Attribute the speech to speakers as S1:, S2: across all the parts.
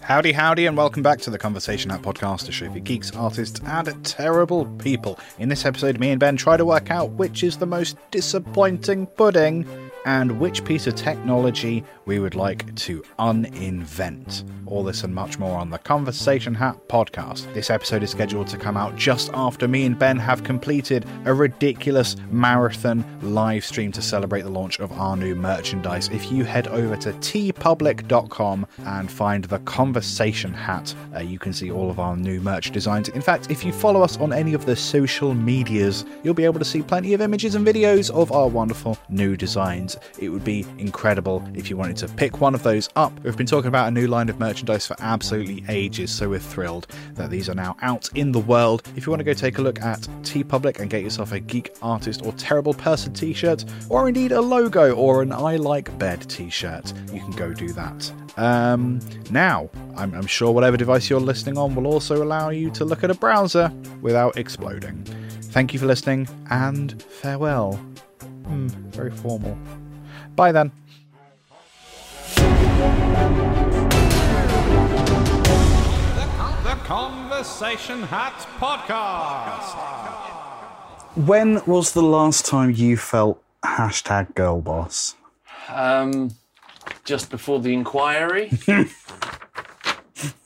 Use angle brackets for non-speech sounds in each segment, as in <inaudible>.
S1: Howdy, howdy, and welcome back to the Conversation App podcast, a show for geeks, artists, and terrible people. In this episode, me and Ben try to work out which is the most disappointing pudding and which piece of technology we would like to uninvent. All this and much more on the Conversation Hat podcast. This episode is scheduled to come out just after me and Ben have completed a ridiculous marathon live stream to celebrate the launch of our new merchandise. If you head over to tpublic.com and find the Conversation Hat, uh, you can see all of our new merch designs. In fact, if you follow us on any of the social medias, you'll be able to see plenty of images and videos of our wonderful new designs. It would be incredible if you wanted to pick one of those up. We've been talking about a new line of merchandise for absolutely ages, so we're thrilled that these are now out in the world. If you want to go take a look at T Public and get yourself a geek artist or terrible person t shirt, or indeed a logo or an I like bed t shirt, you can go do that. Um, now, I'm, I'm sure whatever device you're listening on will also allow you to look at a browser without exploding. Thank you for listening and farewell. Hmm, very formal. Bye then.
S2: The Conversation Hat Podcast.
S3: When was the last time you felt hashtag girl boss?
S4: Um, just before the inquiry.
S3: Yes.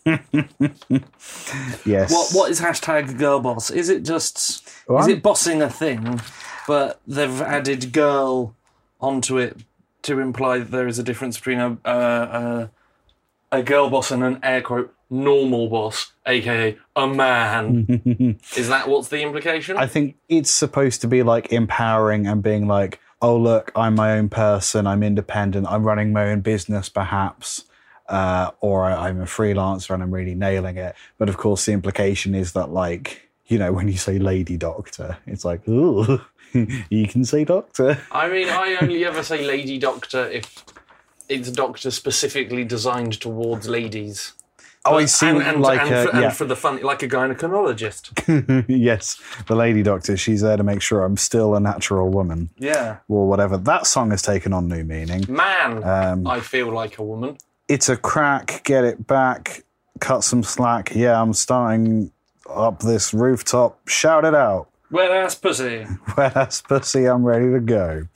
S4: <laughs> what what is hashtag girl boss? Is it just
S3: Well,
S4: is
S3: I'm-
S4: it bossing a thing, but they've added girl onto it to imply that there is a difference between a a, a, a girl boss and an air quote normal boss, aka a man. is that what's the implication?
S3: I think it's supposed to be like empowering and being like, oh look, I'm my own person, I'm independent, I'm running my own business perhaps, uh, or I- I'm a freelancer and I'm really nailing it. But of course, the implication is that like you know when you say lady doctor, it's like ooh, <laughs> you can say doctor.
S4: I mean, I only ever say lady doctor if it's a doctor specifically designed towards ladies.
S3: Oh, I
S4: But-
S3: see.
S4: and, and,
S3: like
S4: and,
S3: a-
S4: for, and
S3: yeah.
S4: for the fun, like a gynecologist.
S3: <laughs> yes, the lady doctor. She's there to make sure I'm still a natural woman
S4: yeah,
S3: or whatever. That song has taken on new meaning.
S4: man,
S3: Um,
S4: I feel like a woman.
S3: It's a crack. Get it back. Cut some slack. Yeah, I'm starting up this rooftop. Shout it out. <laughs>
S4: Well, ass pussy.
S3: Whereas pussy, I'm ready to go.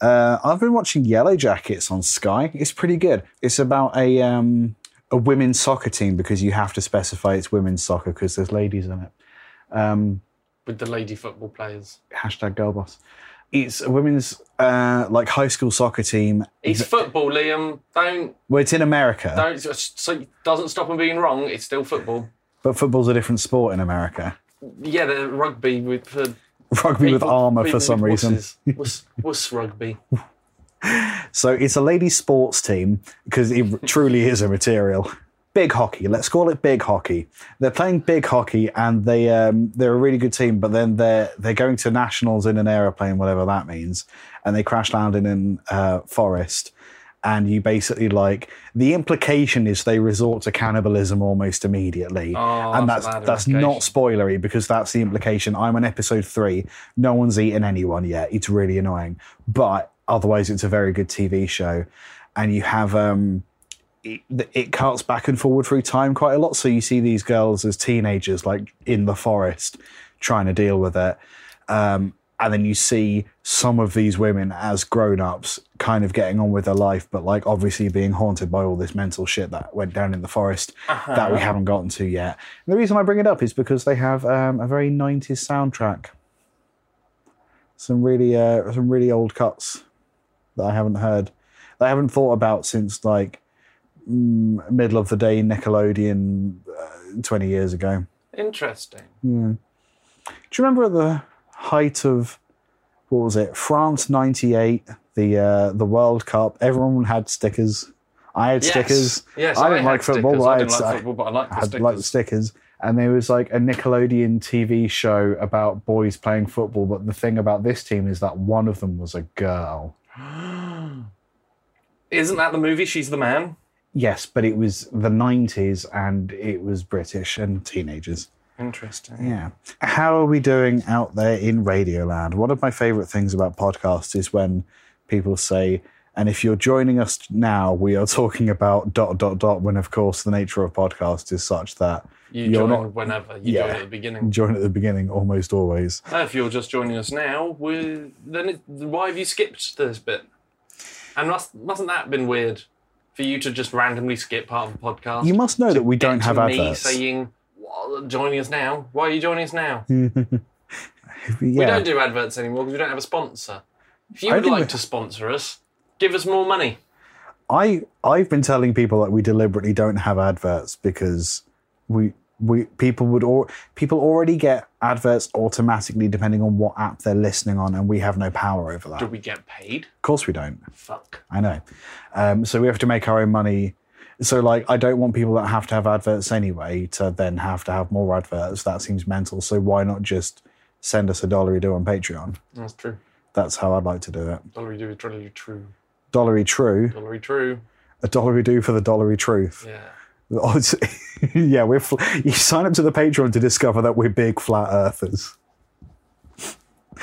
S3: Uh, I've been watching Yellow Jackets on Sky. It's pretty good. It's about a um, a women's soccer team because you have to specify it's women's soccer because there's ladies in it. Um,
S4: With the lady football players.
S3: hashtag girl boss. It's a women's uh, like high school soccer team.
S4: It's football, Liam. Don't
S3: Well, it's in America,
S4: don't. just- So doesn't stop them being wrong. It's still football.
S3: but football's a different sport in America. <laughs>
S4: Yeah, the rugby with for
S3: Rugby with
S4: people-
S3: armor
S4: people
S3: for some
S4: with
S3: reason.
S4: wusses.
S3: <laughs>
S4: Wuss, wuss rugby.
S3: So it's a ladies' sports team because it truly is a material. Big hockey. Let's call it big hockey. They're playing big hockey, and they um, they're a really good team. But then they're they're going to nationals in an aeroplane, whatever that means, and they crash land in an uh, forest. And you basically like the implication is they resort to cannibalism almost immediately,
S4: Oh,
S3: and
S4: that's
S3: that's
S4: a bad
S3: that's not
S4: implication.
S3: spoilery because that's the implication. I'm on episode three. No one's eaten anyone yet. It's really annoying, but otherwise, it's a very good TV show, and you have um, it, it cuts back and forward through time quite a lot. So you see these girls as teenagers, like in the forest, trying to deal with it. Um, and then you see some of these women as grown ups kind of getting on with their life, but like obviously being haunted by all this mental shit that went down in the forest that we haven't gotten to yet. And the reason I bring it up is because they have um, a very 90s soundtrack. Some really, uh, some really old cuts that I haven't heard, that I haven't thought about since like mm, middle of the day Nickelodeon uh, 20 years ago.
S4: Interesting.
S3: Do you remember at the height of what was it? France '98, the uh, the World Cup. Everyone had stickers. I had stickers.
S4: Yes,
S3: I didn't
S4: had
S3: like football.
S4: stickers.
S3: But I,
S4: I
S3: had,
S4: didn't like
S3: I
S4: football, but I like the
S3: had
S4: stickers.
S3: liked stickers. And there was like a Nickelodeon TV show about boys playing football. But the thing about this team is that one of them was a girl.
S4: Isn't that the movie? She's the man.
S3: Yes, but it was the '90s, and it was British and teenagers.
S4: Interesting.
S3: Yeah. How are we doing out there in Radioland? One of my favorite things about podcasts is when people say, And if you're joining us now, we are talking about dot dot dot. When of course the nature of podcast is such that
S4: You
S3: You're
S4: join
S3: not-
S4: whenever you
S3: Yeah.
S4: join at the beginning.
S3: join at the beginning almost always.
S4: If you're just joining us now, we then it, why have you skipped this bit? And must, mustn't that been weird for you to just randomly skip part of the podcast?
S3: You must know that we
S4: Get
S3: don't
S4: to
S3: have
S4: me
S3: adverts.
S4: saying, "Well, "Joining us now? Why are you joining us now?" We
S3: yeah,
S4: don't do adverts anymore because we don't have a sponsor. If you
S3: I
S4: would
S3: think
S4: like
S3: we-
S4: to sponsor us, give us more money.
S3: I I've been telling people that we deliberately don't have adverts because we we people would or people already get adverts automatically depending on what app they're listening on, and we have no power over that.
S4: Do
S3: Of
S4: we get paid?
S3: course, we don't.
S4: Fuck.
S3: I know. Um, so we have to make our own money. So like, I don't want people that have to have adverts anyway to then have to have more adverts. That seems mental. So why not just send us a dollar you do on Patreon?
S4: That's true.
S3: That's how I'd like to do it.
S4: Dollary do is dollary true.
S3: Dollary true,
S4: Dollary true.
S3: a dollary do for the dollary truth. <laughs>
S4: Yeah.
S3: Oh, it's- yeah, we're fl- you sign up to the Patreon to discover that we're big flat earthers.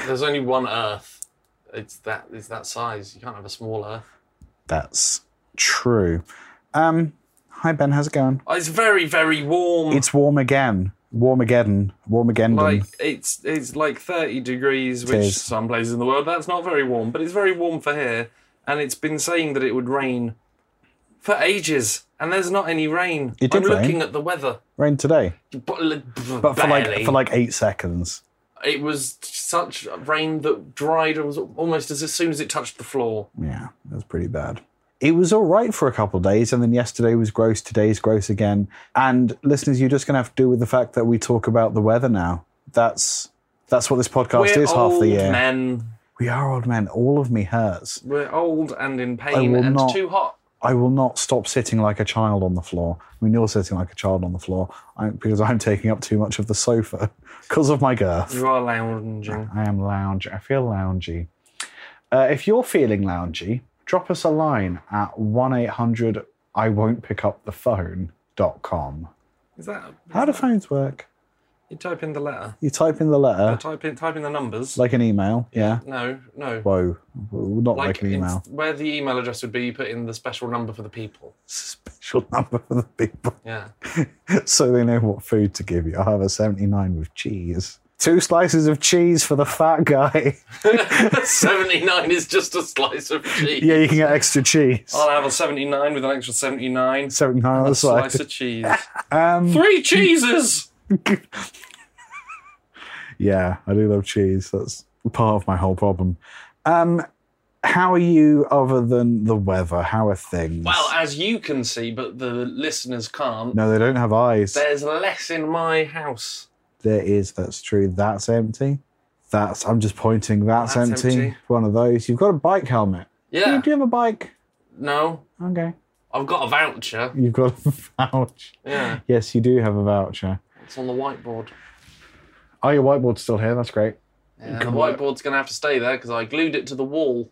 S4: There's only one Earth. It's that. It's that size. You can't have a small Earth.
S3: That's true. Um, hi Ben, how's it going?
S4: Oh, It's very, very warm.
S3: It's warm again. Warmageddon. Warmageddon.
S4: like it's it's like 30 degrees, which
S3: is.
S4: some places in the world that's not very warm, but it's very warm for here. And it's been saying that it would rain for ages, and there's not any rain.
S3: It did
S4: I'm
S3: rain.
S4: looking at the weather.
S3: Rain today.
S4: But,
S3: But for
S4: barely.
S3: like for like eight seconds.
S4: it was such rain that dried was almost as, as soon as it touched the floor.
S3: Yeah, that was pretty bad. It was all right for a couple of days, and then yesterday was gross. Today's gross again. And listeners, you're just going to have to deal with the fact that we talk about the weather now. That's that's what this podcast
S4: We're
S3: is half
S4: old
S3: the year.
S4: men.
S3: We are old men. All of me hurts.
S4: We're old and in pain
S3: will
S4: and
S3: not-
S4: too hot.
S3: I will not stop sitting like a child on the floor. I mean, you're sitting like a child on the floor I'm, because I'm taking up too much of the sofa <laughs> because of my girth.
S4: You are lounging.
S3: I am loungy. I feel loungy. Uh, if you're feeling loungy, drop us a line at 1 800 I won't pick up the phone.com.
S4: Is that
S3: How do phones work?
S4: you type in the letter?
S3: You type in the letter,
S4: Type in type in the numbers.
S3: like an email. Yeah.
S4: no, no.
S3: Whoa. Well, Not like, an
S4: in-
S3: email.
S4: where the email address would be, you put in the special number for the people.
S3: Special number for the people <laughs>
S4: Yeah. <laughs>
S3: so they know what food to give you. I'll have a 79 with cheese. Two slices of cheese for the fat guy. <laughs>
S4: 79 is just a slice of cheese.
S3: yeah, you can get extra cheese.
S4: I'll have a 79 with an extra 79.
S3: 79 on the
S4: A
S3: side.
S4: slice of cheese. <laughs>
S3: Um,
S4: Three cheeses!
S3: <laughs> Yeah, I do love cheese. That's part of my whole problem. Um, how are you other than the weather? How are things?
S4: Well, as you can see, but the listeners can't,
S3: no, they don't have eyes.
S4: there's less in my house.
S3: There is, that's true. That's empty. That's, I'm just pointing, that's,
S4: That's
S3: empty.
S4: empty.
S3: One of those. You've got a bike helmet. Do
S4: Yeah.
S3: you- Do you have a bike?
S4: No,
S3: Okay.
S4: I've got a voucher.
S3: You've got a <laughs> voucher.
S4: Yeah,
S3: Yes, you do have a voucher.
S4: it's on the whiteboard.
S3: Oh, your whiteboard's still here. That's great.
S4: Yeah, the whiteboard's going to have to stay there because I glued it to the wall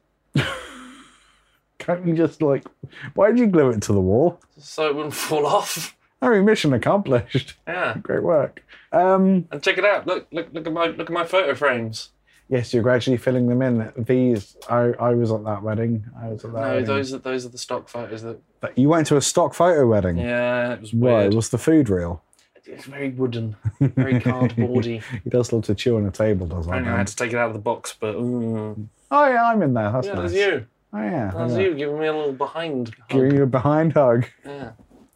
S3: Can't you just like, why did you glue it to the wall?
S4: so it wouldn't fall <laughs> off.
S3: Oh, mission accomplished.
S4: Yeah.
S3: Great work. Um,
S4: And check it out. Look, look, look at my look at my photo frames.
S3: Yes, you're gradually filling them in. These, I, I was at that wedding. I was at that.
S4: No,
S3: wedding.
S4: those are those are the stock photos that.
S3: But you went to a stock photo wedding.
S4: Yeah, it was
S3: Hmm. Why?
S4: weird.
S3: Was the food real?
S4: It's very wooden,
S3: <laughs>
S4: very cardboardy.
S3: He does love to chew on a table, does
S4: I
S3: not
S4: know I
S3: man?
S4: had to take it out of the box, but mm.
S3: Oh yeah, I'm in there. That's
S4: yeah,
S3: nice.
S4: there's you.
S3: Oh yeah.
S4: There's
S3: yeah.
S4: you giving me a little behind. hug.
S3: Giving you a behind hug.
S4: Yeah.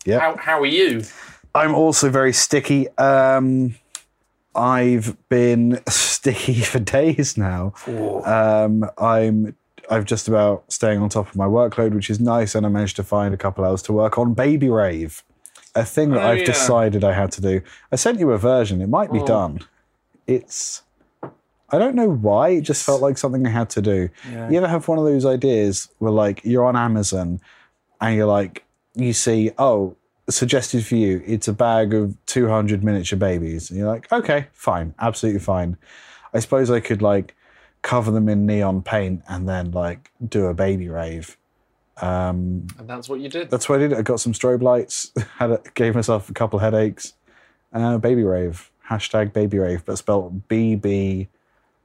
S3: Yep.
S4: How how are you?
S3: I'm also very sticky. Um, I've been <laughs> sticky for days now. Um, I'm I've just about staying on top of my workload, which is nice, and I managed to find a couple hours to work on Baby Rave, a thing that
S4: Oh,
S3: I've
S4: yeah.
S3: decided I had to do. I sent you a version; it might be
S4: Oh.
S3: done. It's I don't know why it just felt like something I had to do. You ever have one of those ideas where like you're on Amazon and you're like you see oh suggested for you it's a bag of 200 miniature babies and you're like okay fine absolutely fine. I suppose I could like cover them in neon paint and then like do a baby rave. Um,
S4: And that's what you did.
S3: that's what I did. I got some strobe lights, <laughs> had a, gave myself a couple headaches. Uh, baby rave hashtag baby rave,
S4: Oh,
S3: but spelled B B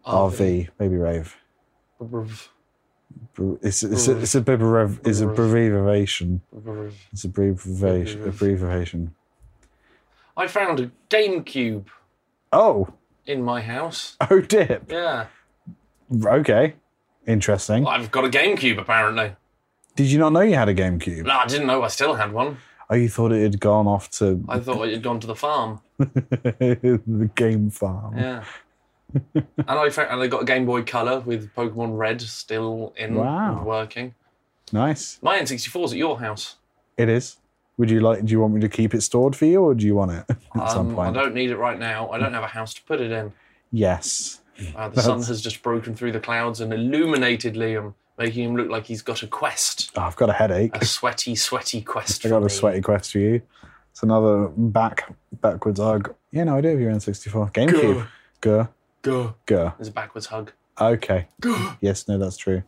S3: R V baby rave.
S4: Bruv.
S3: br- It's it's a, it's a bit of a rev- it's a abbreviation. It's a abbreviation. Abbreviation.
S4: I found a GameCube
S3: Oh, <laughs>
S4: in my house.
S3: oh, dip.
S4: Yeah.
S3: Okay, interesting.
S4: I've got a GameCube apparently.
S3: Did you not know you had a GameCube?
S4: No, I didn't know I still had one.
S3: Oh, you thought it had gone off to
S4: I thought it had gone to the farm.
S3: <laughs> the game farm.
S4: Yeah. and I found, and I got a Game Boy Color with Pokemon Red still in
S3: Wow.
S4: and working.
S3: Nice.
S4: My N64's at your house.
S3: It is. Would you like? Do you want me to keep it stored for you, or do you want it <laughs> at some
S4: Um, I
S3: point?
S4: don't need it right now. I don't have a house to put it in.
S3: Yes.
S4: Uh, the sun has just broken through the clouds and illuminated Liam, making him look like he's got a quest.
S3: Oh, I've got a headache.
S4: A sweaty, sweaty quest.
S3: I got
S4: for
S3: a
S4: me.
S3: sweaty quest for you. It's another back backwards hug. Yeah, no, I do have your N64 GameCube. Go.
S4: Go.
S3: Go.
S4: There's a backwards hug. <gasps>
S3: Okay. Yes, no, that's true.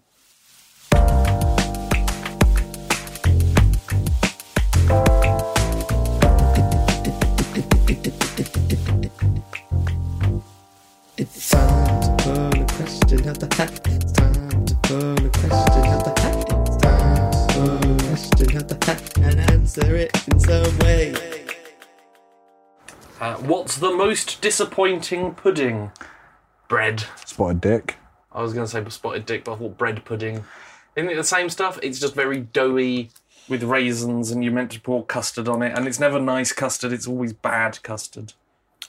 S5: It's time to burn a question out the hat. It's time to burn a question out the hat. It's time to burn a question out the hat and answer it in some way.
S4: Uh, what's the most disappointing pudding? Bread.
S3: Spotted dick.
S4: I was going to say spotted dick, but I thought bread pudding. Isn't it the same stuff? It's just very doughy with raisins, and you're meant to pour custard on it, and it's never nice custard. It's always bad custard.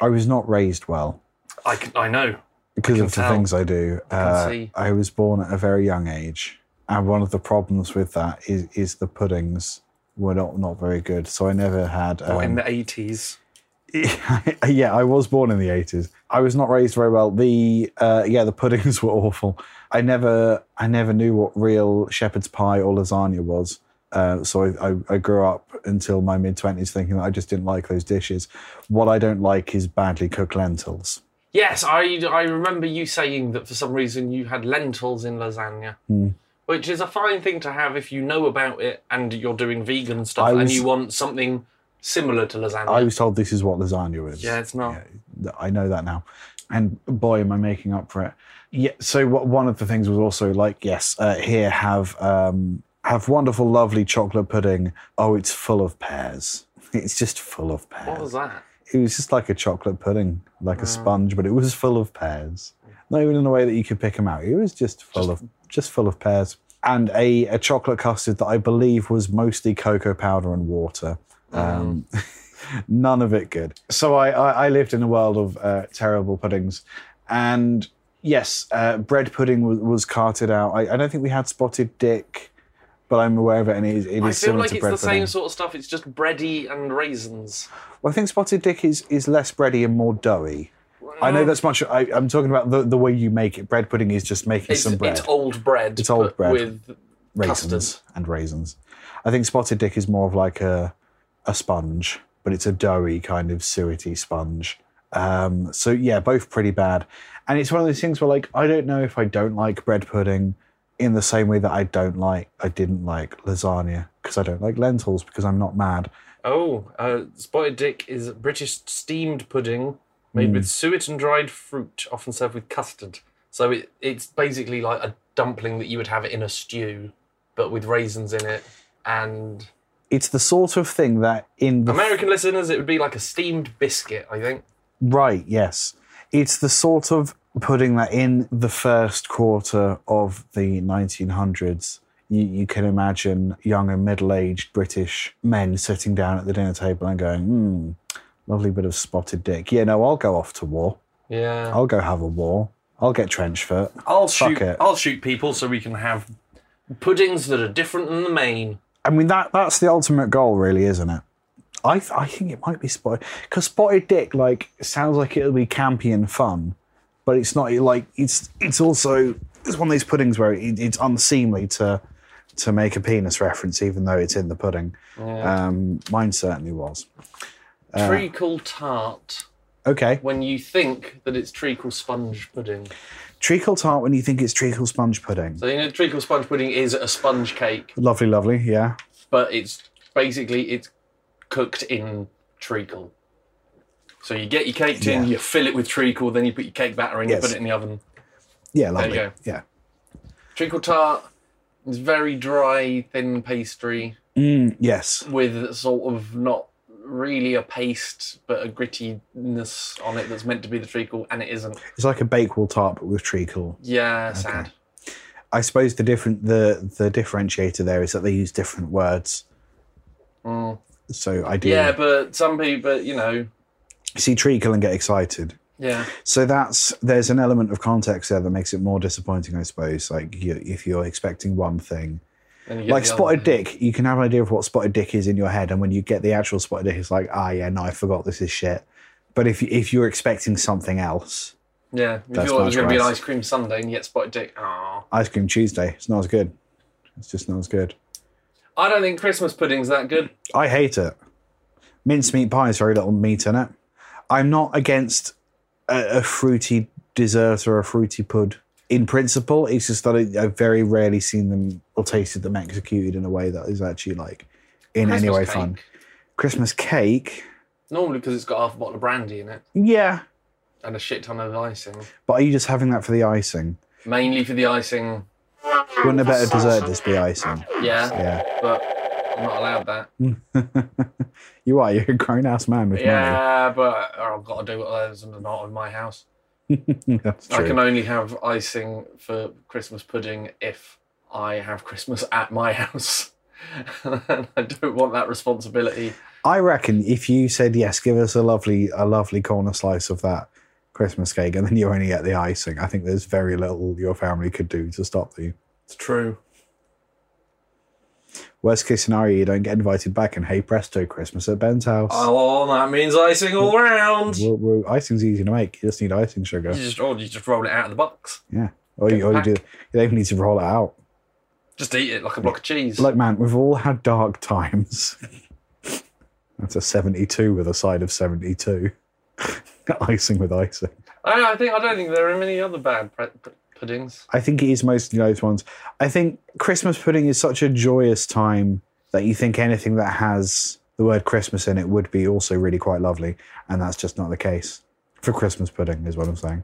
S3: I was not raised well
S4: I, can, I know.
S3: because of the
S4: tell.
S3: things I do. I, uh,
S4: see.
S3: I was born at a very young age, and one of the problems with that is is the puddings were not not very good. So I never had. Um,
S4: In the 80s.
S3: <laughs> yeah, I was born in the eighties. I was not raised very well. The uh, yeah, the puddings <laughs> were awful. I never, I never knew what real shepherd's pie or lasagna was. Uh, so I, I, I grew up until my mid twenties thinking that I just didn't like those dishes. What I don't like is badly cooked lentils.
S4: Yes, I, I remember you saying that for some reason you had lentils in lasagna,
S3: Hmm.
S4: which is a fine thing to have if you know about it and you're doing vegan
S3: I
S4: stuff and
S3: was-
S4: you want something similar to lasagna.
S3: I was told this is what lasagna is.
S4: yeah, it's not.
S3: that I know that now. And boy, am I making up for it. Yeah. So what, one of the things was also like, yes, uh, here have um, have wonderful, lovely chocolate pudding. Oh, it's full of pears. <laughs> It's just full of pears.
S4: What was that?
S3: It was just like a chocolate pudding,
S4: Mm.
S3: like a sponge, but it was full of pears. Not even in a way that you could pick them out. It was just full of just full of pears and a, a chocolate custard that I believe was mostly cocoa powder and water.
S4: Mm.
S3: Um, <laughs> none of it good. So I, I, I lived in a world of uh, terrible puddings, and yes, uh, bread pudding was, was carted out. I, I don't think we had spotted dick, but I'm aware of it, and it is, it is
S4: I feel
S3: similar
S4: like
S3: to
S4: it's
S3: bread
S4: the
S3: pudding.
S4: same sort of stuff. It's just bready and raisins.
S3: Well, I think spotted dick is is less bready and more doughy. I
S4: Um,
S3: know that's much. I, I'm talking about the, the way you make it. Bread pudding is just making
S4: It's,
S3: some bread,
S4: it's old bread.
S3: It's old
S4: but
S3: bread.
S4: With
S3: raisins
S4: custard.
S3: and raisins. I think spotted dick is more of like a a sponge, but it's a doughy kind of suety sponge. Um, so yeah, both pretty bad. And it's one of those things where like I don't know if I don't like bread pudding in the same way that I don't like I didn't like lasagna because I don't like lentils because I'm not mad.
S4: Oh, uh, spotted dick is British steamed pudding made
S3: Hmm.
S4: with suet and dried fruit, often served with custard. So it, it's basically like a dumpling that you would have in a stew, but with raisins in it. And
S3: It's the sort of thing that in the
S4: American listeners, it would be like a steamed biscuit, I think.
S3: Right, yes. It's the sort of putting that in the first quarter of the 1900s. You, you can imagine young and middle aged British men sitting down at the dinner table and going, hmm, lovely bit of spotted dick. Yeah, no, I'll go off to war.
S4: Yeah.
S3: I'll go have a war. I'll get trench foot.
S4: I'll
S3: Fuck
S4: shoot.
S3: it.
S4: I'll shoot people so we can have puddings that are different than the main.
S3: I mean, that that's the ultimate goal, really, isn't it? I th- I think it might be spotted because spotted dick like sounds like it'll be campy and fun, but it's not. it, Like it's it's also it's one of these puddings where it, it's unseemly to to make a penis reference, even though it's in the pudding. Um, mine certainly was. Uh.
S4: treacle tart.
S3: Okay,
S4: When you think that it's treacle sponge pudding.
S3: treacle tart when you think it's treacle sponge pudding.
S4: So you know, treacle sponge pudding is a sponge cake,
S3: Lovely, lovely, yeah.
S4: but it's basically it's cooked in treacle. So you get your cake tin,
S3: Yeah.
S4: you fill it with treacle, then you put your cake batter in,
S3: Yes.
S4: you put it in the oven.
S3: Yeah, lovely.
S4: go.
S3: Yeah.
S4: Treacle tart, It's very dry, thin pastry
S3: Mm, yes.
S4: with sort of not really a paste, but a grittiness on it that's meant to be the treacle, and it isn't.
S3: It's like a bakewell tart but with treacle.
S4: Yeah, sad.
S3: I suppose the different the the differentiator there is that they use different words.
S4: Mm.
S3: So I do
S4: Yeah, but some people, you know,
S3: see treacle and get excited.
S4: yeah.
S3: So that's there's an element of context there that makes it more disappointing, I suppose. Like you, if you're expecting one thing,
S4: Then you get
S3: like
S4: the other
S3: spotted
S4: one.
S3: dick, you can have an idea of what spotted dick is in your head, and when you get the actual spotted dick, it's like, ah, yeah, no, I forgot this is shit. But if you- if you're expecting something else,
S4: Yeah, if you
S3: That's
S4: thought it
S3: much
S4: was going to be an
S3: worse.
S4: ice cream sundae and you get spotted dick, oh.
S3: ice cream Tuesday, it's not as good. It's just not as good.
S4: I don't think Christmas pudding's that good.
S3: I hate it. Mincemeat pie has very little meat in it. I'm not against a, a fruity dessert or a fruity pud in principle. It's just that I, I've very rarely seen them or tasted them executed in a way that is actually like in any
S4: Christmas
S3: way
S4: cake.
S3: fun. Christmas cake,
S4: Normally because it's got half a bottle of brandy in it
S3: yeah,
S4: and a shit ton of icing.
S3: but are you just having that for the icing?
S4: Mainly for the icing,
S3: Wouldn't a better dessert just be icing?
S4: yeah,
S3: Yeah, <laughs>
S4: but I'm not allowed that.
S3: you are. You're a grown ass man with
S4: Yeah, but I've got to do what there's not in my house.
S3: money. <laughs> That's
S4: I
S3: true.
S4: can only have icing for Christmas pudding if I have Christmas at my <laughs> house. and I don't want that responsibility.
S3: I reckon if you said yes, give us a lovely a lovely corner slice of that Christmas cake, and then you only get the icing. I think there's very little your family could do to stop you.
S4: It's true.
S3: Worst case scenario, you don't get invited back, and hey presto, Christmas at Ben's house.
S6: Oh, that means icing all round. You
S3: Woo- woo. icing's easy to make. You just need icing sugar.
S4: just or you just roll it out of the box.
S3: Yeah. Or you, or you do. You don't even need to roll it out.
S4: Just eat it like a block of cheese.
S3: Look, man, we've all had dark times. <laughs> That's a 72 with a side of 72. <laughs> icing with icing.
S4: I, don't know, I think I don't think there are many other bad pre- pre- puddings.
S3: I think it is mostly those ones. I think Christmas pudding is such a joyous time that you think anything that has the word Christmas in it would be also really quite lovely, and that's just not the case for Christmas pudding, is what I'm saying.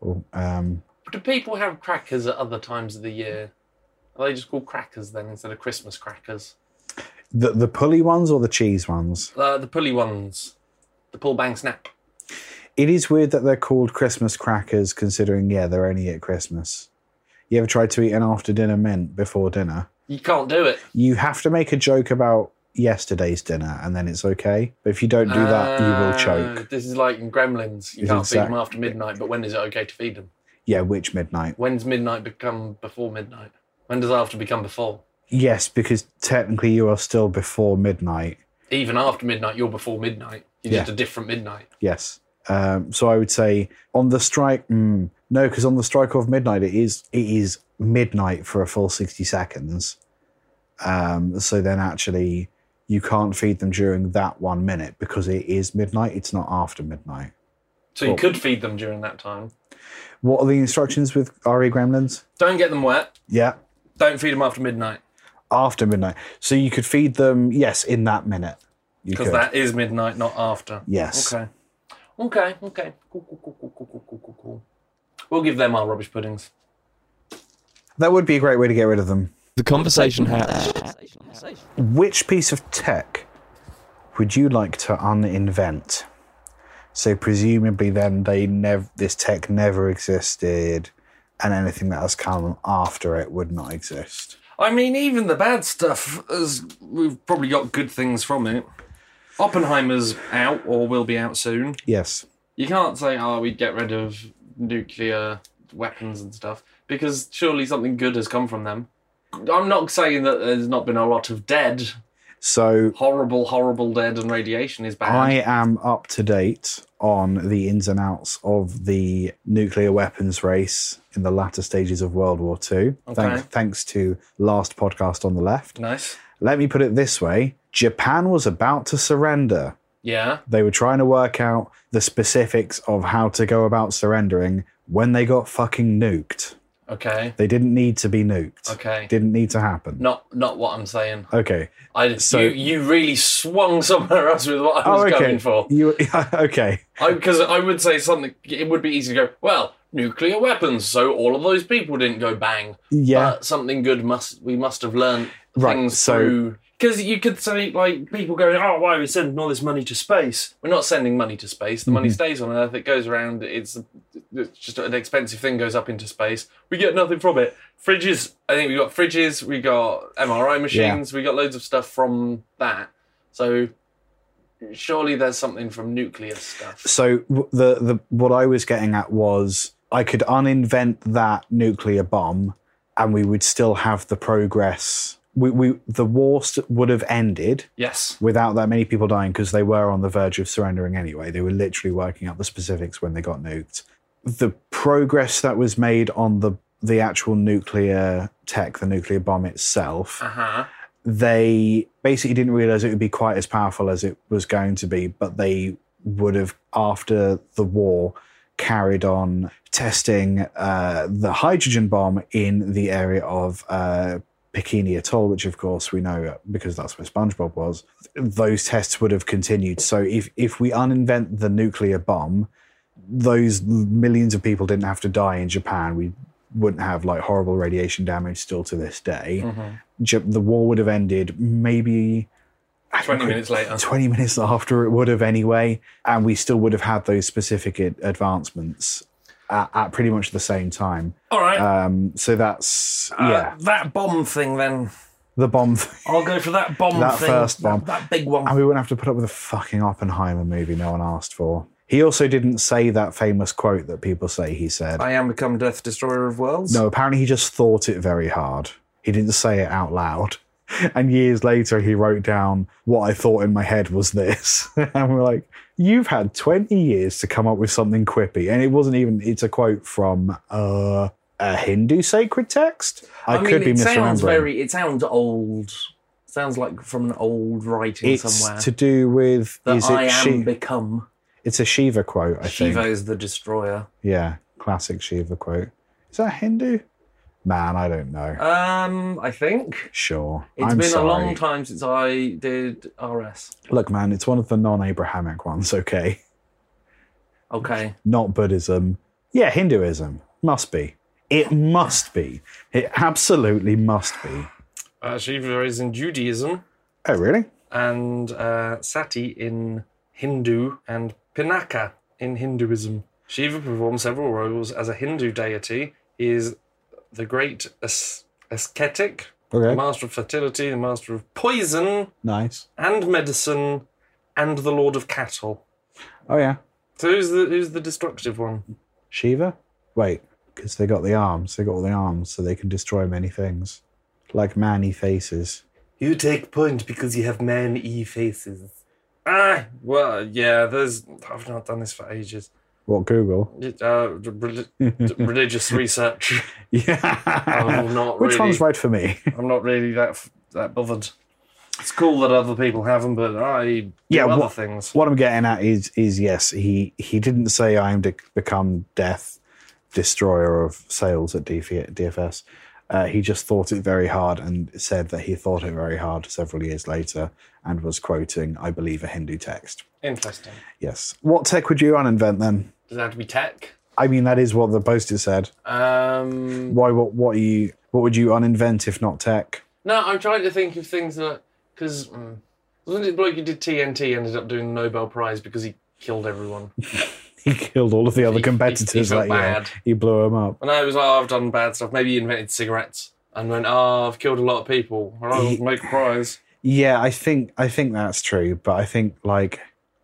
S3: Or, um,
S4: Do people have crackers at other times of the year? Are they just called crackers then instead of Christmas crackers?
S3: the the pulley ones or the cheese ones.
S4: Uh, the pulley ones, the pull bang snap.
S3: It is weird that they're called Christmas crackers, considering yeah they're only at Christmas. You ever tried to eat an after dinner mint before dinner?
S4: You can't do it.
S3: You have to make a joke about yesterday's dinner, and then it's okay. But if you don't do that, you will
S4: Ah,
S3: choke.
S4: This is like in Gremlins. You
S3: It's
S4: can't feed
S3: exact-
S4: them after midnight, but when is it okay to feed them?
S3: Yeah, which midnight?
S4: When's midnight become before midnight? When does after become before?
S3: Yes, because technically you are still before midnight.
S4: Even after midnight, you're before midnight. You're just
S3: Yeah.
S4: a different midnight.
S3: Yes. Um, so I would say on the strike. Mm, no, because on the strike of midnight, it is it is midnight for a full sixty seconds. Um, so then actually, you can't feed them during that one minute because it is midnight. It's not after midnight.
S4: So
S3: Cool.
S4: you could feed them during that time.
S3: What are the instructions with RE Gremlins?
S4: Don't get them wet.
S3: Yeah,
S4: Don't feed them after midnight
S3: after midnight. So you could feed them. Yes, in that minute. You
S4: because
S3: could.
S4: that is midnight, not after.
S3: yes.
S4: Okay. Okay. Okay. Cool. Cool. Cool. Cool. Cool. Cool. Cool. Cool. Cool. We'll give them our rubbish puddings.
S3: That would be a great way to get rid of them.
S7: The conversation hat.
S3: Which piece of tech would you like to uninvent? So presumably, then they never this tech never existed, and anything that has come after it would not exist.
S6: I mean, even the bad stuff, as we've probably got good things from it. Oppenheimer's out, or will be out soon.
S3: Yes,
S4: You can't say, "Oh, we'd get rid of nuclear weapons and stuff," because surely something good has come from them. I'm not saying that there's not been a lot of dead,
S3: so
S4: horrible, horrible dead, and radiation is bad.
S3: I am up to date on the ins and outs of the nuclear weapons race in the latter stages of World War II. Thanks, thanks to last podcast on the left.
S4: nice.
S3: Let me put it this way: Japan was about to surrender.
S4: Yeah.
S3: They were trying to work out the specifics of how to go about surrendering when they got fucking nuked.
S4: Okay.
S3: They didn't need to be nuked.
S4: Okay.
S3: Didn't need to happen.
S4: Not not what I'm saying.
S3: Okay.
S4: I
S3: So-
S4: you you really swung somewhere else with what I was
S3: Oh, okay.
S4: going for.
S3: You <laughs> okay.
S4: Because I, would say something. It would be easy to go. Well,
S8: nuclear weapons, so all of those people didn't go bang.
S3: Yeah.
S8: But something good must we must have learned
S3: Right,
S8: things
S3: so-
S8: through.
S4: Because you could say, like, people going, oh, why are we sending all this money to space?
S8: We're not sending money to space. The
S3: Mm-hmm.
S8: money stays on Earth. It goes around. It's, it's just an expensive thing goes up into space. We get nothing from it. Fridges. I think we got fridges. We got MRI machines. We got loads of stuff from that. So surely there's something from nuclear stuff.
S3: so w- the the what I was getting at was I could uninvent that nuclear bomb, and we would still have the progress. We, we the war st- would have ended
S8: Yes.
S3: without that many people dying because they were on the verge of surrendering anyway. They were literally working out the specifics when they got nuked. The progress that was made on the the actual nuclear tech, the nuclear bomb itself,
S8: Uh huh.
S3: they basically didn't realize it would be quite as powerful as it was going to be, but they would have, after the war, carried on testing uh, the hydrogen bomb in the area of uh, Bikini Atoll, which, of course, we know uh, because that's where SpongeBob was. Those tests would have continued. So, if, if we uninvent the nuclear bomb, those millions of people didn't have to die in Japan. We wouldn't have like horrible radiation damage still to this day. Ja- the war would have ended maybe I
S8: 20
S3: Uh, don't know,
S8: minutes
S3: <laughs>
S8: later.
S3: 20 minutes after it would have anyway, and we still would have had those specific ad- advancements at, at pretty much the same time.
S4: All right.
S3: Um, so that's
S4: uh,
S3: yeah,
S4: That bomb thing, then.
S3: the bomb, <laughs> thing.
S4: I'll go for that bomb
S3: That
S4: thing.
S3: first bomb.
S4: That, that big one.
S3: and we wouldn't have to put up with a fucking Oppenheimer movie no one asked for. He also didn't say that famous quote that people say he said.
S4: I am become Death Destroyer of Worlds.
S3: No, apparently he just thought it very hard. He didn't say it out loud. <laughs> And years later, he wrote down what I thought in my head was this. <laughs> and we're like, you've had 20 years to come up with something quippy. And it wasn't even, it's a quote from uh, a Hindu sacred text. I,
S4: mean,
S3: could be
S4: it sounds
S3: misremembering.
S4: very. It sounds old. Sounds like from an old writing
S3: it's
S4: somewhere.
S3: to do with,
S4: that
S3: is it
S4: I am
S3: Shi-
S4: become.
S3: it's a Shiva quote, I
S4: Shiva
S3: think.
S4: is the destroyer.
S3: Yeah, classic Shiva quote. Is that Hindu? Man, I don't know.
S4: Um, I think
S3: sure.
S4: it's
S3: I'm
S4: been
S3: sorry.
S4: a long time since I did RS.
S3: Look, man, it's one of the non Abrahamic ones, okay?
S4: Okay,
S3: Not Buddhism. Yeah, Hinduism. Must be. It must be. It absolutely must be.
S4: uh, Shiva is in Judaism
S3: Oh, really?
S4: and uh, Sati in Hindu and Pinaka in Hinduism. Shiva performs several roles as a Hindu deity. He is the great as- ascetic, the
S3: Okay.
S4: master of fertility, the master of poison
S3: Nice.
S4: and medicine, and the lord of cattle.
S3: Oh, yeah.
S4: So who's the who's the destructive one?
S3: Shiva? Wait, because they got the arms. They got all the arms, so they can destroy many things. Like manny faces.
S4: You take point because you have man e faces. Ah, well, yeah. There's I've not done this for ages.
S3: What, Google? <laughs>
S4: Uh, reli- <laughs> religious research.
S3: Yeah. <laughs>
S4: I'm not
S3: Which
S4: Oh, really.
S3: one's right for me?
S4: I'm not really that f- that bothered. It's cool that other people have them, but I do
S3: Yeah,
S4: other
S3: what-
S4: things.
S3: What I'm getting at is, is yes, he, he didn't say I am to become death, destroyer of sales at E, DF, DFS. Uh, he just thought it very hard and said that he thought it very hard several years later and was quoting, I believe, a Hindu text.
S4: Interesting.
S3: Yes. What tech would you uninvent then?
S8: Does that have to be tech?
S3: I mean, that is what the poster said.
S8: Um,
S3: Why? What? What are you? What would you uninvent if not tech? <laughs>
S8: No, I'm trying to think of things that because mm, wasn't it the bloke who did TNT ended up doing the Nobel Prize because he killed everyone?
S3: He killed all of the other
S8: he-
S3: competitors
S8: he felt
S3: that year.
S8: bad.
S3: He blew them up.
S8: And I was like, oh, I've done bad stuff. Maybe he invented cigarettes and went, oh, I've killed a lot of people. And I'll
S3: He-
S8: make a prize.
S3: Yeah, I think I think that's true, but I think like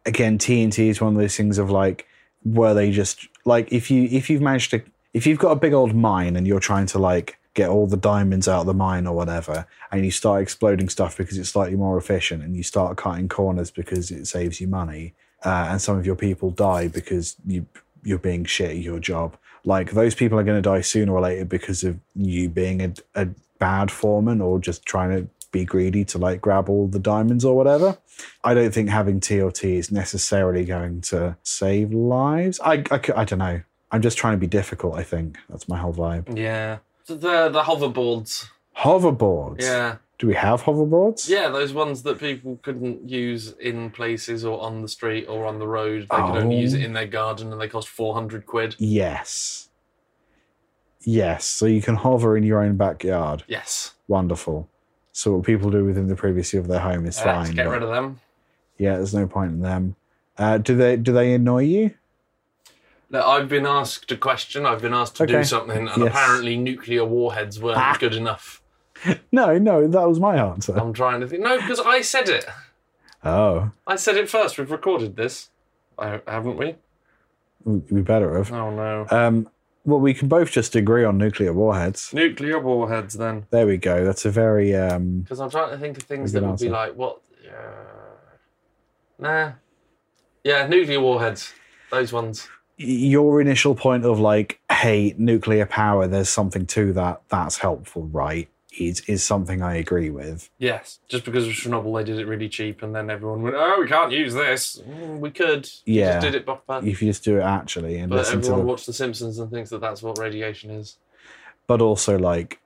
S3: again, TNT is one of those things of like, were they just like if you if you've managed to if you've got a big old mine and you're trying to like get all the diamonds out of the mine or whatever, and you start exploding stuff because it's slightly more efficient, and you start cutting corners because it saves you money, uh, and some of your people die because you you're being shit at your job. Like those people are going to die sooner or later because of you being a, a bad foreman or just trying to be greedy to like grab all the diamonds or whatever. I don't think having TLT is necessarily going to save lives. I, I, cou- I don't know. I'm just trying to be difficult. I think that's my whole vibe.
S8: Yeah. So the the hoverboards.
S3: Hoverboards.
S8: Yeah.
S3: Do we have hoverboards?
S8: Yeah, those ones that people couldn't use in places or on the street or on the road. They could only
S3: Oh.
S8: use it in their garden and they cost 400 quid.
S3: Yes. Yes, so you can hover in your own backyard.
S4: Yes.
S3: Wonderful. So what people do within the privacy of their home is
S4: Uh,
S3: fine.
S4: to get
S3: but-
S4: rid of them.
S3: yeah, there's no point in them. Uh, do they do they annoy you?
S4: Look, I've been asked a question. I've been asked to
S3: Okay.
S4: do something, and
S3: Yes. Ah.
S4: apparently nuclear warheads weren't good enough.
S3: No, no, that was my answer.
S4: I'm trying to think. No, because I said it.
S3: Oh,
S4: I said it first. We've recorded this. I, haven't we?
S3: we we better have.
S4: Oh no.
S3: Um, well, we can both just agree on nuclear warheads.
S4: nuclear warheads then.
S3: There we go. That's a very um,
S4: Because I'm trying to think of things
S3: Good
S4: that would be
S3: answer.
S4: like what? Uh, nah. Yeah, nuclear warheads. Those ones.
S3: your initial point of like, hey, nuclear power. There's something to that. That's helpful, right? Is is something I agree with.
S4: Yes. Just because of Chernobyl, they did it really cheap, and then everyone went, "Oh, we can't use this. Mm, we could."
S3: Yeah.
S4: Just did it proper.
S3: If you just do it actually and
S4: But
S3: listen to
S4: everyone
S3: the
S4: watched The Simpsons and thinks that that's what radiation is.
S3: but also like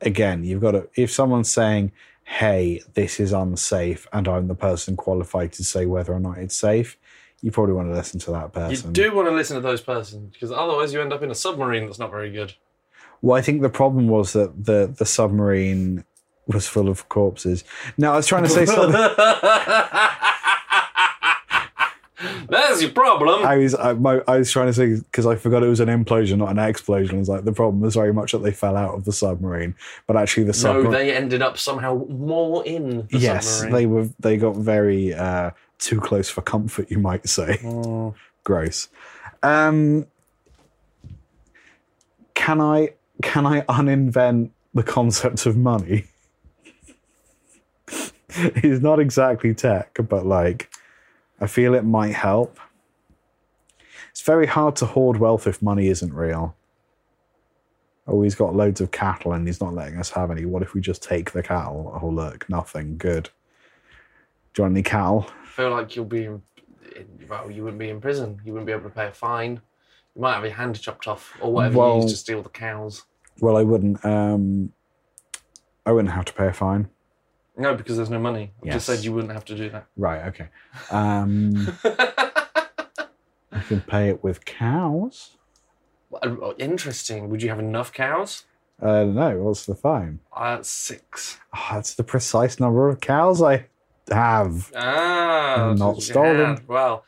S3: again you've got to if someone's saying hey this is unsafe and i'm the person qualified to say whether or not it's safe you probably want to listen to that person
S4: You do want to listen to those persons because otherwise you end up in a submarine that's not very
S3: <laughs>
S4: good.
S3: well i think the problem was that the the submarine was full of corpses now i was trying to say something
S4: <laughs> There's your problem.
S3: I was I, my, I was trying to say because I forgot it was an implosion, not an explosion. It's like the problem was very much that they fell out of the submarine, but actually the submarine.
S4: no, they ended up somehow more in the
S3: yes,
S4: submarine.
S3: they were. They got very uh, too close for comfort, you might say.
S4: Mm.
S3: Gross. Um, can I can I uninvent the concept of money? <laughs> it's not exactly tech, but like, I feel it might help. It's very hard to hoard wealth if money isn't real. Oh, he's got loads of cattle and he's not letting us have any. What if we just take the cattle? Oh, look, nothing. Good. Do you want any cattle?
S4: I feel like you'll be, in, well, you wouldn't be in prison. You wouldn't be able to pay a fine. You might have your hand chopped off or whatever
S3: Well-
S4: you use to steal the cows.
S3: Well, I wouldn't. Um, I wouldn't have to pay a fine.
S4: No, because there's no money. I
S3: Yes.
S4: just said you wouldn't have to do that.
S3: Right. Okay. Um, I can pay it with cows.
S4: <laughs> Well, uh, Interesting. Would you have enough cows?
S3: Uh, no. What's the fine?
S4: Uh, six.
S3: Oh, that's the precise number of cows I have.
S4: Ah,
S3: And
S4: that's
S3: not
S4: what you
S3: stolen.
S4: had. Well,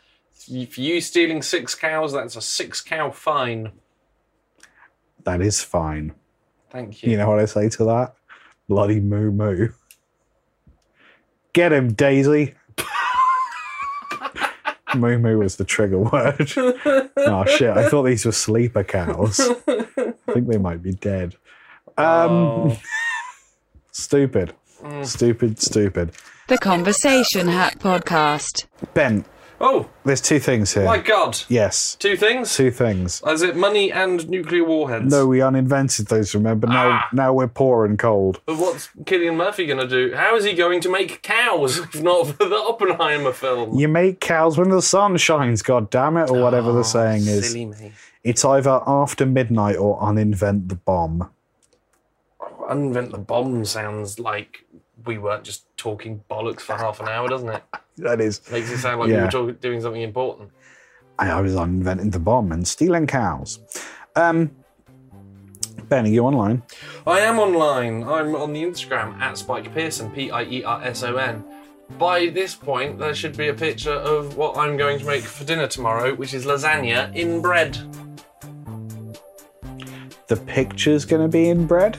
S4: if you stealing six cows, that's a six cow fine.
S3: That is fine.
S4: Thank you.
S3: You know what I say to that? Bloody moo moo. Get him, Daisy. <laughs> moo moo was the trigger word. <laughs> oh shit! I thought these were sleeper cows. I think they might be dead. Um,
S4: Oh.
S3: <laughs> stupid, stupid, stupid.
S9: The Conversation Hat Podcast.
S3: Ben,
S4: Oh,
S3: there's two things here.
S4: my God.
S3: yes,
S4: Two things?
S3: two things.
S4: Is it money and nuclear warheads?
S3: No, we uninvented those. Remember? Now, now we're poor and cold.
S4: But what's Killian Murphy going to do? How is he going to make cows <laughs> if not for the Oppenheimer film?
S3: You make cows when the sun shines. God damn it, or whatever the saying is.
S4: Ah, Silly me.
S3: It's either after midnight or uninvent the bomb.
S4: Unvent the bomb sounds like we weren't just talking bollocks for half an hour, doesn't it?
S3: That is,
S4: Makes it sound like we
S3: Yeah.
S4: were talk- doing something important.
S3: I I was uninventing the bomb and stealing cows. Um, ben, are you online?
S4: I am online. I'm on the Instagram at Spike Pearson, P I E R S O N. By this point, there should be a picture of what I'm going to make for dinner tomorrow, which is lasagna in bread.
S3: The picture's going to be in bread?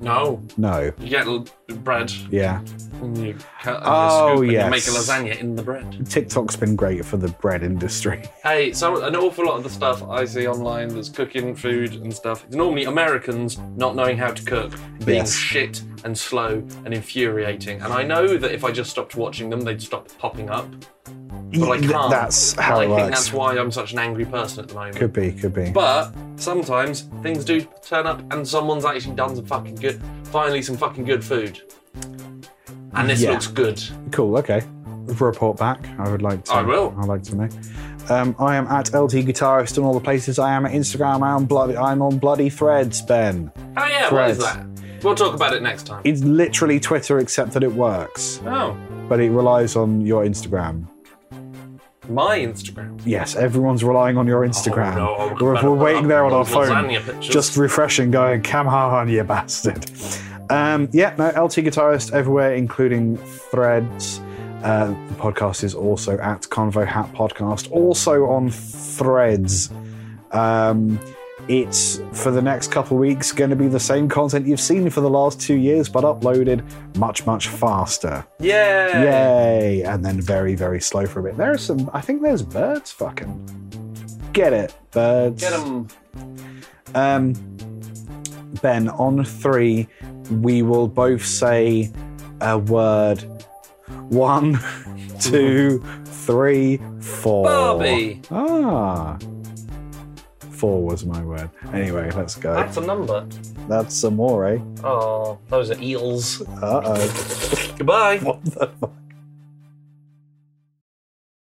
S4: No,
S3: No.
S4: you get l- bread
S3: Yeah.
S4: and you cut and
S3: Oh,
S4: you scoop and you make
S3: yes.
S4: a lasagna in the bread.
S3: TikTok's been great for the bread industry.
S4: Hey, so an awful lot of the stuff I see online that's cooking food and stuff is normally Americans not knowing how to cook, being
S3: Yes.
S4: shit and slow and infuriating. And I know that if I just stopped watching them, they'd stop popping up. but I
S3: <laughs> Th-
S4: can't.
S3: That's
S4: And
S3: how
S4: I
S3: it
S4: think
S3: works.
S4: that's why I'm such an angry person at the moment.
S3: Could be, could be.
S4: But sometimes things do turn up, and someone's actually done some fucking good, finally some fucking good food, and this
S3: Yeah.
S4: looks good.
S3: Cool, okay. Report back. I would like to.
S4: I will.
S3: I'd like to know. Um, I am at LT Guitarist on all the places. I am at Instagram. I am bloody. I'm on bloody threads, Ben.
S4: Oh yeah, what is that?
S3: Threads.
S4: We'll talk about it next time.
S3: It's literally Twitter, except that it works.
S4: Oh,
S3: but it relies on your Instagram.
S8: My Instagram.
S3: Yes, everyone's relying on your Instagram.
S8: Oh, no, I would
S3: we're,
S8: better
S3: we're waiting there on our
S8: upload
S3: phone,
S8: lasagna pictures.
S3: just refreshing, going, come on, you bastard. Um, yeah, no, LT Guitarist everywhere, including threads. Uh, the podcast is also at Convo Hat Podcast, also on threads. Um, it's for the next couple of weeks going to be the same content you've seen for the last two years, but uploaded much, much faster.
S8: Yeah.
S3: Yay! And then very, very slow for a bit. There are some. I think there's birds. Fucking get it, birds.
S8: Get 'em.
S3: Um, ben, on three, we will both say a word. One, <laughs> two, three, four.
S8: Barbie.
S3: Ah. Four was my word. Anyway, let's go.
S8: That's a number.
S3: That's some more, eh?
S8: Oh, those are eels.
S3: Uh oh.
S8: Goodbye.
S3: What the fuck?